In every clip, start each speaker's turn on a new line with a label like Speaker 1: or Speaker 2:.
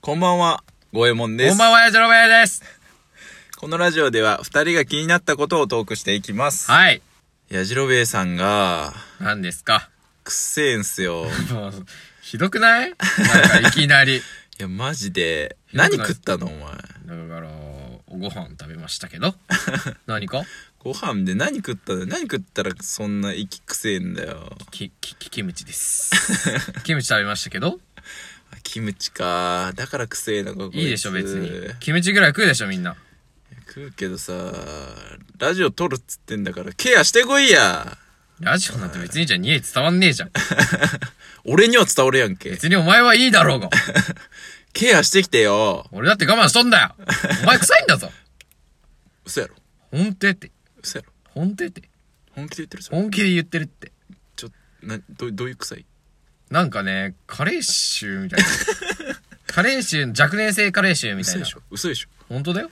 Speaker 1: こんばんは、ごえもんです。
Speaker 2: こんばんは、やじろべえです。
Speaker 1: このラジオでは、二人が気になったことをトークしていきます。
Speaker 2: はい。
Speaker 1: やじろべえさんが、
Speaker 2: 何ですか
Speaker 1: くっせえんすよ。い
Speaker 2: もう、ひどくないなんか、いきなり。
Speaker 1: や、マジで。
Speaker 2: ひどくな
Speaker 1: 何
Speaker 2: い
Speaker 1: 食ったのお前。
Speaker 2: だから、ご飯食べました けど。何か
Speaker 1: ご飯で何食ったの何食ったらそんな息くせえんだよ。
Speaker 2: き、き、き、キムチ です。キムチ食べましたけど
Speaker 1: あキムチか。だからくせえのか、こつ
Speaker 2: いいでしょ、別に。キムチぐらい食うでしょ、みんな。
Speaker 1: 食うけどさ、ラジオ撮るっつってんだから、ケアしてこいや。
Speaker 2: ラジオなんて別にじゃん、家伝わんねえじゃん。
Speaker 1: 俺には伝わるやんけ。
Speaker 2: 別にお前はいいだろう が。
Speaker 1: ケアしてきてよ。
Speaker 2: 俺だって我慢しとんだよ。お前臭いんだぞ。
Speaker 1: 嘘やろ。
Speaker 2: 本当やって。
Speaker 1: 嘘やろ。
Speaker 2: 本当やって。
Speaker 1: 本気で言ってるそれ。
Speaker 2: 本気で言ってるって。
Speaker 1: ちょ、な、ど、どういう臭い
Speaker 2: なんかね、カレー臭 みたいな。カレー臭、若年性カレー臭みた
Speaker 1: 嘘
Speaker 2: いな
Speaker 1: でし。ょ嘘でしょ
Speaker 2: 本当だよ。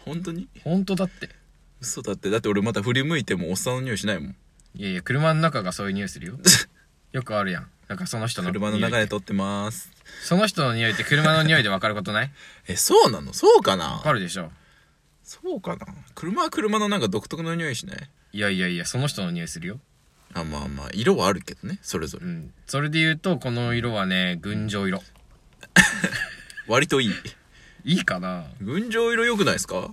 Speaker 1: 本当に
Speaker 2: 本当だって。
Speaker 1: 嘘だってだって俺また振り向いてもおっさんの匂いしないもん
Speaker 2: いやいや、車の中がそういう匂いする よ。よくあるやん。なんかその人の
Speaker 1: 車の中で撮ってます
Speaker 2: その人の匂いって車の匂いで分かること ない
Speaker 1: えそうなのそうか
Speaker 2: 分か
Speaker 1: な
Speaker 2: るでしょ。
Speaker 1: そうかな車は車のなんか独特の匂いしない
Speaker 2: いやいやいや、その人の匂いするよ。
Speaker 1: あまあまあ色はあるけどねそれぞれ
Speaker 2: うん。それで言うと、この色はね、群青色。
Speaker 1: 割といい
Speaker 2: いいかな
Speaker 1: 群青色良くないですか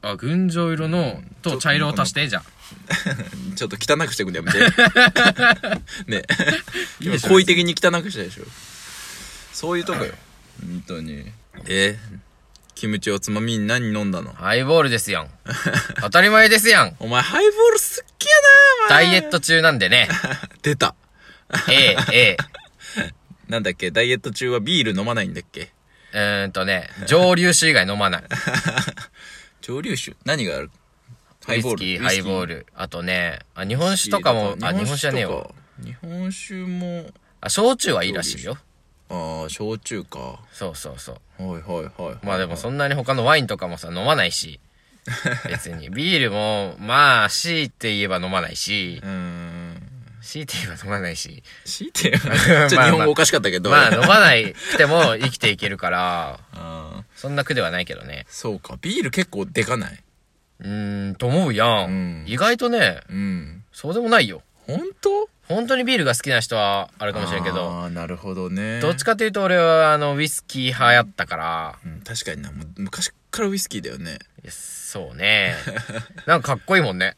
Speaker 2: あ、群青色の、と茶色を足して、じゃあ。
Speaker 1: ちょっと汚くしていくのや めてね
Speaker 2: いい
Speaker 1: 今
Speaker 2: でしょ
Speaker 1: 好意的に汚くしたでしょそういうとこよ本当にえキムチおつまみに何飲んだの
Speaker 2: ハイボールですやん。当たり前です やん。
Speaker 1: お前ハイボールすっげえな
Speaker 2: ダ
Speaker 1: お前
Speaker 2: イエット中なんでね。
Speaker 1: 出た
Speaker 2: ええ、ええ。
Speaker 1: なんだっけダイエット中はビール飲まないんだっけ
Speaker 2: うーんとね、蒸留酒以外飲まない。
Speaker 1: 蒸留酒何がある
Speaker 2: ウイスキー、ハイボー
Speaker 1: ル。
Speaker 2: ル。あとね、あ、日本酒とかも、あ、日本酒じゃねえよ。
Speaker 1: ウイスキーとか。日本酒も、
Speaker 2: あ、焼酎はいいらしいよ。
Speaker 1: ああ、焼酎か。
Speaker 2: そうそうそう。
Speaker 1: はいはいはい。
Speaker 2: まあでもそんなに他のワインとかもさ、飲まな いし。別に。ビールも、まあ、強いて言えば飲まないし
Speaker 1: う、ーん。
Speaker 2: 強いて言えば飲まないし。
Speaker 1: 強いて 言えばちょっと日本語おかしかったけど。
Speaker 2: まあ飲まないくても生きていけるから、
Speaker 1: あー
Speaker 2: そんな苦ではないけどね。
Speaker 1: そうか。ビール結構でかない。
Speaker 2: うーん、と思うや
Speaker 1: うん
Speaker 2: ん。意外とね、
Speaker 1: うん。
Speaker 2: そうでもないよ。
Speaker 1: 本当
Speaker 2: 本当にビールが好きな人はあるかもしれんけど、
Speaker 1: ああ、なるほどね。
Speaker 2: どっちかというと俺はあの、ウイスキー派やったから、
Speaker 1: うん、確かにな。もう昔からウイスキーだよね。
Speaker 2: いやそうね。なんかかっこいいもんね。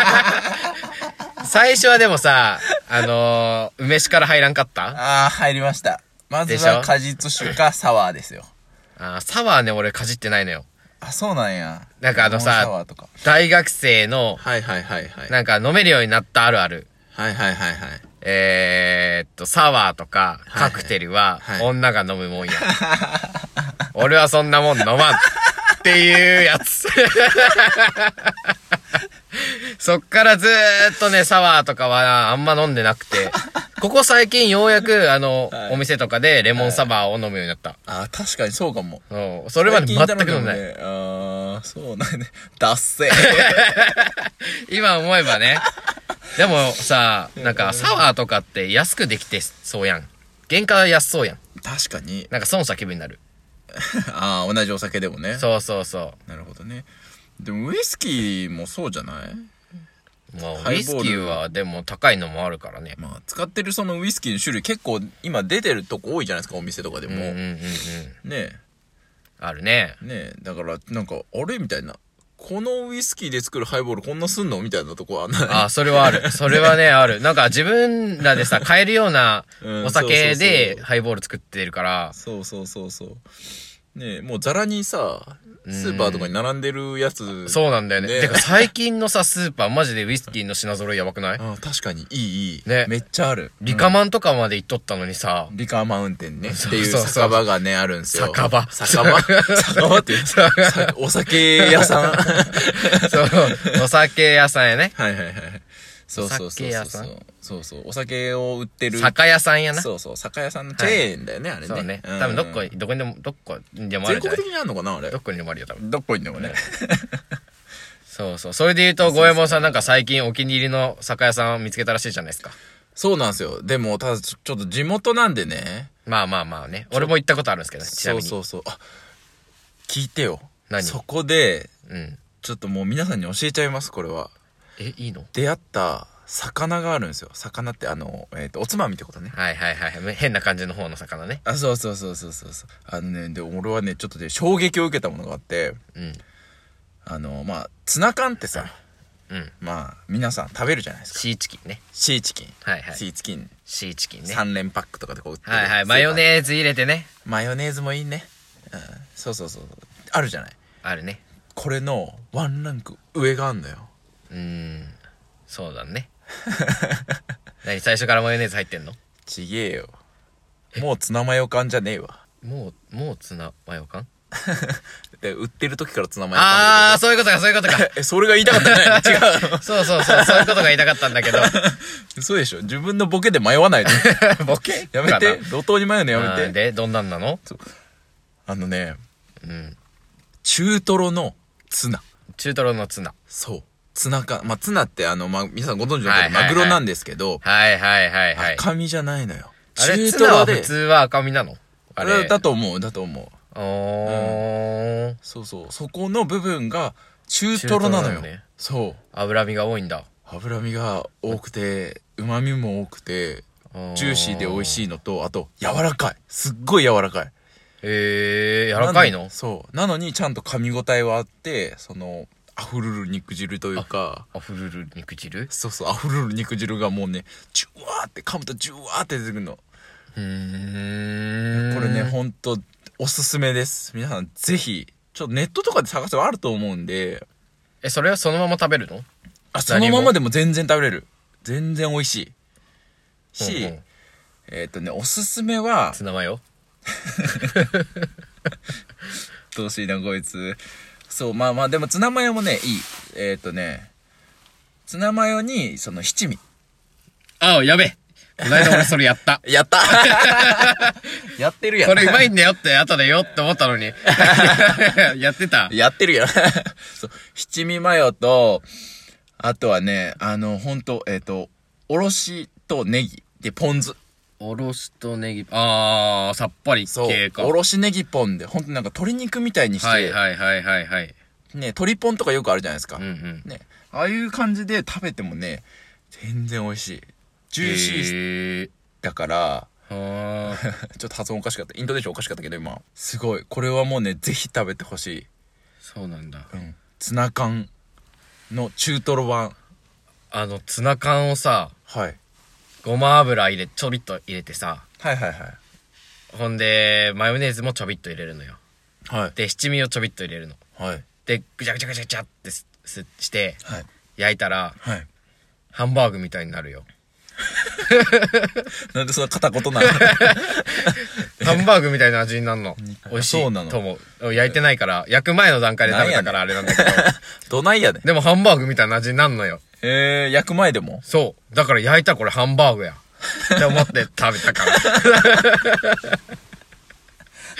Speaker 2: 最初はでもさ、あのー梅酒から入らんかった
Speaker 1: ああ、入りました。ま
Speaker 2: ずは果
Speaker 1: 実酒かサワーですよ。
Speaker 2: あーサワーね、俺かじってないのよ。
Speaker 1: あ、そうなんや。
Speaker 2: なんかあのさ
Speaker 1: レモンサワーとか
Speaker 2: 大学生の、
Speaker 1: はいはいはいはい。
Speaker 2: なんか飲めるようになったあるある。
Speaker 1: はいはいはいはい。
Speaker 2: えー、っと、サワーとか、
Speaker 1: はい
Speaker 2: カクテルは
Speaker 1: はい、
Speaker 2: 女が飲むもんや。 俺はそんなもん飲まん。っていうやつ。 そっからずーっとね、サワーとかはあんま飲んでなくて、ここ最近ようやく、あの、お店とかでレモンサワーを飲むようになった。
Speaker 1: あ、確かにそうかも。
Speaker 2: そうそれまで全く飲んでない。
Speaker 1: い。ああ、そうなんね。 脱せ。
Speaker 2: 今思え ばね。でもさ、なんかサワーとかって安くできてそうやん。原価は安そうやん。
Speaker 1: 確かに。
Speaker 2: なんか損した気分になる。
Speaker 1: ああ、同じお酒でもね。
Speaker 2: そうそうそ。
Speaker 1: なるほどね。でもウイスキーもそうじゃないう
Speaker 2: もう
Speaker 1: ハ
Speaker 2: ウ
Speaker 1: イボール
Speaker 2: イスキーはでも高いのもあるからね。
Speaker 1: まあ、使ってるそのウイスキーの種類結構今出てるとこ多いじゃないですか、お店とかでも。
Speaker 2: うんうんうん
Speaker 1: ね
Speaker 2: うん。
Speaker 1: え、
Speaker 2: あるね。
Speaker 1: ねえ、だからなんか、あれみたいな。このウイスキーで作るハイボールこんなすんのみたいなとこはない。
Speaker 2: あ、それは ある。それはね、ある。なんか自分らでさ、買えるような
Speaker 1: うん
Speaker 2: お酒
Speaker 1: そうそう
Speaker 2: で
Speaker 1: そう
Speaker 2: ハイボール作ってるから、
Speaker 1: そうそうそうそう。ねえ、もうザラにさ、スーパーとかに並んでるやつ。
Speaker 2: そうなんだよね。
Speaker 1: ね
Speaker 2: てか最近のさ、スーパーマジでウイスキーの品揃えやばくない
Speaker 1: ああ確かに、いい、いい。
Speaker 2: ね
Speaker 1: めっちゃある。
Speaker 2: リカマンとかまで行っとったの にさ、
Speaker 1: リカーマウンテンね。っ
Speaker 2: そう
Speaker 1: ていう
Speaker 2: そうそう
Speaker 1: 酒場がね、あるんですよ。
Speaker 2: 酒場
Speaker 1: 酒 場酒場っていう。さお酒屋さん。はい
Speaker 2: そう、お酒屋さんやね。
Speaker 1: はいはい。そうそうそうそう。
Speaker 2: お酒屋さん
Speaker 1: そうそう。お酒を売ってる。
Speaker 2: 酒屋さんやな。そう
Speaker 1: そうそう。酒屋さんのチェーンだよね、あれね。
Speaker 2: ね。
Speaker 1: うん
Speaker 2: 多分どっこ、どこにでも、どっこにでもあ
Speaker 1: 全
Speaker 2: るじゃ
Speaker 1: 国
Speaker 2: ない
Speaker 1: 的にあるのかな、あれ
Speaker 2: ど。っこにでもあるよ、多分。
Speaker 1: どっこいんでもね。
Speaker 2: そうそう。それで言うと、五右衛門さんなんか最近お気に入りの酒屋さんを見つけたらしいじゃないですか。
Speaker 1: そうなんですよ。でも、ただちょ、ちょっと地元なんでね。
Speaker 2: まあまあまあね。俺も行ったことあるんですけどね、ちな
Speaker 1: そ
Speaker 2: み
Speaker 1: う
Speaker 2: に。
Speaker 1: そうそう。あ、聞いてよ。
Speaker 2: 何
Speaker 1: そこで、
Speaker 2: うん。
Speaker 1: ちょっともう皆さんに教えちゃいます、これは。
Speaker 2: え、いいの
Speaker 1: 出会った魚があるんですよ。魚って、あの、えっ、と、おつまみってことね。
Speaker 2: はいはいはい。変な感じの方の魚ね。
Speaker 1: あ、そうそうそうそうそうそう。あのね、で、俺はね、ちょっとね、衝撃を受けたものがあって、
Speaker 2: うん。
Speaker 1: あの、まあ、ツナ缶ってさ、
Speaker 2: うん。
Speaker 1: まあ、皆さん食べるじゃないですか。
Speaker 2: シーチキンね。
Speaker 1: シーチキン。
Speaker 2: はいはい
Speaker 1: シーチキン。
Speaker 2: シーチキンね。は
Speaker 1: 3連パックとかでこう売ってる
Speaker 2: いはい。マヨ
Speaker 1: ー
Speaker 2: ネーズ入れてね。
Speaker 1: ズ。マヨネーズもいいね。うん。そうそうそう。あるじゃない。
Speaker 2: あるね。
Speaker 1: これのワンランク上があんだよ。
Speaker 2: うーん。そうだ ね。何最初からマヨネーズ入ってんの
Speaker 1: ちげえよ。もうツナマヨ缶じゃねえわ。
Speaker 2: もう、もうツナマヨ缶
Speaker 1: で、売ってる時からツナマヨ缶
Speaker 2: ああ、
Speaker 1: だ
Speaker 2: そういうことか、そういうことか。
Speaker 1: けどえ、それが言いたかったんじゃない の違うの
Speaker 2: そうそうそう、そういうことが言いたかったんだけど。
Speaker 1: 嘘でしょ自分のボケで迷わ ないで。
Speaker 2: ボケ
Speaker 1: やめて。路頭に迷うのや
Speaker 2: や
Speaker 1: め
Speaker 2: め
Speaker 1: て。
Speaker 2: て。で、どんなんなの
Speaker 1: あのね、
Speaker 2: うん。
Speaker 1: 中トロのツナ。
Speaker 2: 中トロのツナ。
Speaker 1: そう。ツナ缶。まあ、ツナってあの、まあ、皆さんご存知の
Speaker 2: は
Speaker 1: 通
Speaker 2: いは
Speaker 1: り、
Speaker 2: いはい
Speaker 1: マグロなんですけど、
Speaker 2: はいはいはいはい。
Speaker 1: 赤身じゃないのよ。
Speaker 2: あれ、
Speaker 1: 中
Speaker 2: ツ
Speaker 1: ト
Speaker 2: ナ
Speaker 1: ロ
Speaker 2: は
Speaker 1: で。
Speaker 2: 普通は赤身なのあ
Speaker 1: あ
Speaker 2: れ。
Speaker 1: れだと思う、だと思う。
Speaker 2: おー、
Speaker 1: そうそう。そこの部分が中トロなの
Speaker 2: 中トロな
Speaker 1: よ。
Speaker 2: のね
Speaker 1: そう。
Speaker 2: 脂身が多いんだ。
Speaker 1: 脂身が多くて、旨味も多くて、ジューシーで美味
Speaker 2: い。
Speaker 1: しいのと、あと、柔らかい。すっごい柔らかい。
Speaker 2: えー、柔らかい
Speaker 1: な
Speaker 2: の
Speaker 1: そう。なのに、ちゃんと噛み応えはあって、その、溢れる肉汁というか、
Speaker 2: あふるる肉汁
Speaker 1: そうそう、溢れる肉汁がもうね、ジュワーって、噛むとジュワーって出てくるの。
Speaker 2: うーん。
Speaker 1: これね、ほんと、おすすめです。皆さん、ぜひ、ちょっとネットとかで探せばあると思うんで、
Speaker 2: え、それはそのまま食べるの
Speaker 1: あ、そのままでも全然食べれる。全然美味しい。し、
Speaker 2: うんうん
Speaker 1: えっ、とね、おすすめは、
Speaker 2: ツナマヨ
Speaker 1: うっとうしいな、こいつ。そう、まあまあ、でもツナマヨもね、いい。えっ、とね、ツナマヨに、その七味。
Speaker 2: あやべこの間俺それや った。
Speaker 1: やったやってるやん。
Speaker 2: これうまいんだよって後でよって思った のに。やってた。
Speaker 1: やってるやん。 そう、七味マヨと、あとはね、あの、ほんと、えっ、と、おろしとネギ。で、ポン酢。
Speaker 2: おろしとネギ、あー、さっぱり
Speaker 1: そう
Speaker 2: 系。か。
Speaker 1: おろしネギポンで、ほんとなんか鶏肉みたいにして、
Speaker 2: はいはいはいはいはい。
Speaker 1: ね、鶏ポンとかよくあるじゃないですか。
Speaker 2: うんうん。
Speaker 1: ね、ああいう感じで食べてもね、全然美味しい。ジューシー
Speaker 2: へー
Speaker 1: だから、
Speaker 2: はー
Speaker 1: ちょっと発音おかしかった。イントネーションおかしかったけど、今。すごい。これはもうね、ぜひ食べてほしい。
Speaker 2: そうなんだ。
Speaker 1: うん。ツナ缶の中トロ版。
Speaker 2: あの、ツナ缶をさ、
Speaker 1: はい。
Speaker 2: ごま油入れ、ちょびっと入れてさ、
Speaker 1: はいはいはい。
Speaker 2: ほんで、マヨネーズもちょびっと入れるのよ。
Speaker 1: はい。
Speaker 2: で、七味をちょびっと入れるの。
Speaker 1: はい。
Speaker 2: で、ぐちゃぐちゃぐちゃぐちゃってす、す、して、
Speaker 1: はい。
Speaker 2: 焼いたら、
Speaker 1: はい。
Speaker 2: ハンバーグみたいになるよ。
Speaker 1: なんでそんな片言なの
Speaker 2: ハンバーグみたいな味になる の。美味しい。
Speaker 1: そうなの
Speaker 2: と思う。焼いてないから、焼く前の段階で食べたからあれなんだけど。
Speaker 1: どないやねん。
Speaker 2: でもハンバーグみたいな味になるのよ。
Speaker 1: えー、焼く前でも
Speaker 2: そう。だから焼いたらこれハンバーグや。って思って食べたから。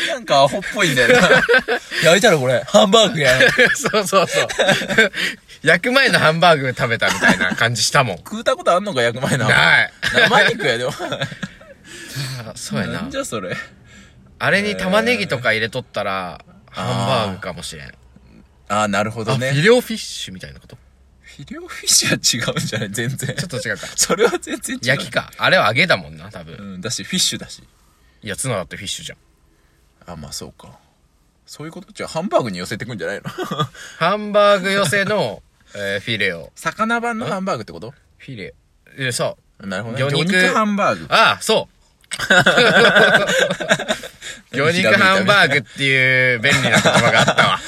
Speaker 1: なんかアホっぽいんだよな。 焼いたらこれ、ハンバーグやん。
Speaker 2: そうそうそう。焼く前のハンバーグ食べたみたいな感じした もん。
Speaker 1: 食うたことあんのか、焼く前の。
Speaker 2: ない。
Speaker 1: 生肉やでも。
Speaker 2: あそうや
Speaker 1: なん
Speaker 2: な
Speaker 1: じ。ゃそれ。
Speaker 2: あれに玉ねぎとか入れとったら、ハンバーグかもしれん。
Speaker 1: ああ、なるほど
Speaker 2: あ、
Speaker 1: ね。
Speaker 2: フィレオフィッシュみたいなこと
Speaker 1: フィレオフィッシュは違うんじゃない全然
Speaker 2: ちょ。っと違うか。
Speaker 1: それは全然違う。
Speaker 2: 焼きか。あれは揚げだもんな、多分。
Speaker 1: うん、だし、フィッシュだし。
Speaker 2: いや、ツナだってフィッシュじゃん。
Speaker 1: あ、まあそうか。そういうことじゃあ、ハンバーグに寄せてくんじゃないの
Speaker 2: ハンバーグ寄せの、 えーフィレオ。
Speaker 1: 魚版のハンバーグってこと
Speaker 2: フィレオ。え、そう。
Speaker 1: なるほど、ね。
Speaker 2: 魚
Speaker 1: 魚
Speaker 2: 肉
Speaker 1: 肉ハンバーグ。
Speaker 2: ああ、 そう。魚肉ハンバーグっていう便利な言葉があった わ。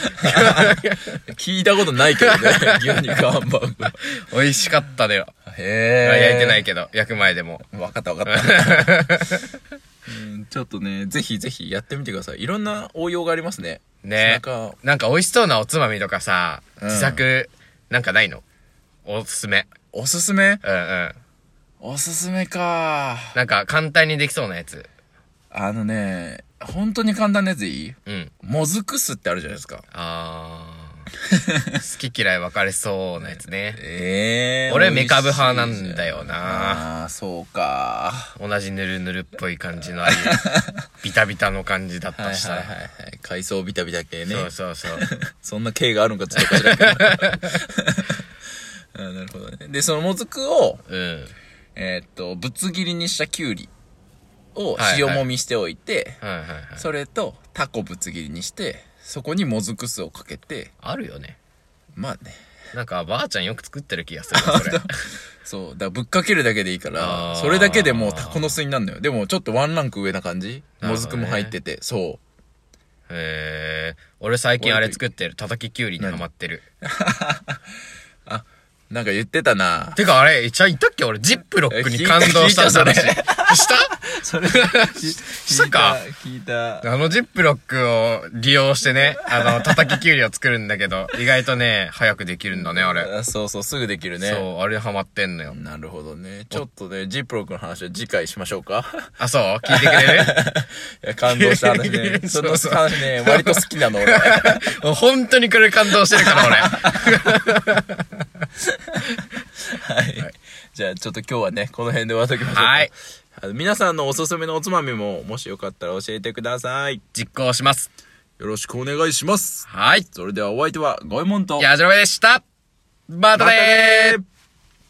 Speaker 1: 聞いたことないけ どね。牛肉ハンバーグは。
Speaker 2: 美味しかったでよ。
Speaker 1: へ。
Speaker 2: 焼いてないいけど、焼く前でも。
Speaker 1: わかったわかった。 うんちょっとね、ぜひぜひやってみてください。いろんな応用がありますね。
Speaker 2: ね
Speaker 1: なんか、
Speaker 2: なんか美味しそうなおつまみとかさ、
Speaker 1: うん
Speaker 2: 自作、なんかないのおすすめ。
Speaker 1: おすすめ
Speaker 2: うんうん。
Speaker 1: おすすめか。
Speaker 2: なんか簡単にできそうなやつ。
Speaker 1: あのね、本当に簡単なやつでいい
Speaker 2: うん。
Speaker 1: もずく酢ってあるじゃないですか。
Speaker 2: あ 好き嫌い分かれそうなやつね。
Speaker 1: ええ
Speaker 2: 俺メカブ派なんだよ
Speaker 1: あ
Speaker 2: な
Speaker 1: あー、そうか。
Speaker 2: 同じぬるぬるっぽい感じのああいう ビタビタの感じだった
Speaker 1: はい
Speaker 2: し
Speaker 1: はい
Speaker 2: さ
Speaker 1: は。いはい。海藻ビタビタ系ね。
Speaker 2: そうそ うそう。
Speaker 1: そんな系があるんかちょっと知らんけど あなるほどね。で、そのもずくを、
Speaker 2: うん。
Speaker 1: えーっと、ぶつ切りにしたきゅうりを
Speaker 2: はい
Speaker 1: 塩
Speaker 2: はい
Speaker 1: もみしておいて、
Speaker 2: はいはいはい。
Speaker 1: それとタコぶつ切りにして、そこにもずく酢をかけて、
Speaker 2: あるよね。
Speaker 1: まあね。
Speaker 2: なんかばあちゃんよく作ってる気がするわそれ。
Speaker 1: そう。だからぶっかけるだけでいいから、
Speaker 2: あー
Speaker 1: それだけでもうタコの巣になるのよ。でもちょっとワンランク上な感じ
Speaker 2: なるほどね
Speaker 1: もずくも入ってて、そ
Speaker 2: へえ。俺最近あれ作ってる。叩ききゅうりにハマってる。
Speaker 1: う。なんか言ってたな
Speaker 2: てかあれ、ちゃいたっけ俺、ジップロックに
Speaker 1: え聞いた
Speaker 2: 感動したって話。
Speaker 1: 聞い
Speaker 2: した
Speaker 1: それ、
Speaker 2: たか
Speaker 1: 聞いた。
Speaker 2: あのジップロックを利用して ね、あの、叩ききゅうりを作るんだけど、意外とね、早くできるんだね、あれ。
Speaker 1: あそうそう、すぐできるね。
Speaker 2: そう、あれハマってんのよ。
Speaker 1: なるほどね。ちょっとね、ジップロックの話は次回しましょう か。
Speaker 2: あ、そう聞いてくれる。
Speaker 1: いや感動した話ね
Speaker 2: そ
Speaker 1: そう
Speaker 2: そ
Speaker 1: の
Speaker 2: う
Speaker 1: 話ね、 割と好きなの俺。
Speaker 2: もう本当にこれ感動してるから、俺。
Speaker 1: はい。じゃあちょっと今日はね、この辺で終わっときましょうか。
Speaker 2: はい。
Speaker 1: あの皆さんのおすすめのおつまみも、もしよかったら教えてください。
Speaker 2: 実行します。
Speaker 1: よろしくお願いします。
Speaker 2: はい。
Speaker 1: それではお相手は、ゴエモンと。
Speaker 2: ヤジロベでした。また
Speaker 1: また
Speaker 2: ね
Speaker 1: ね
Speaker 2: ー
Speaker 1: ー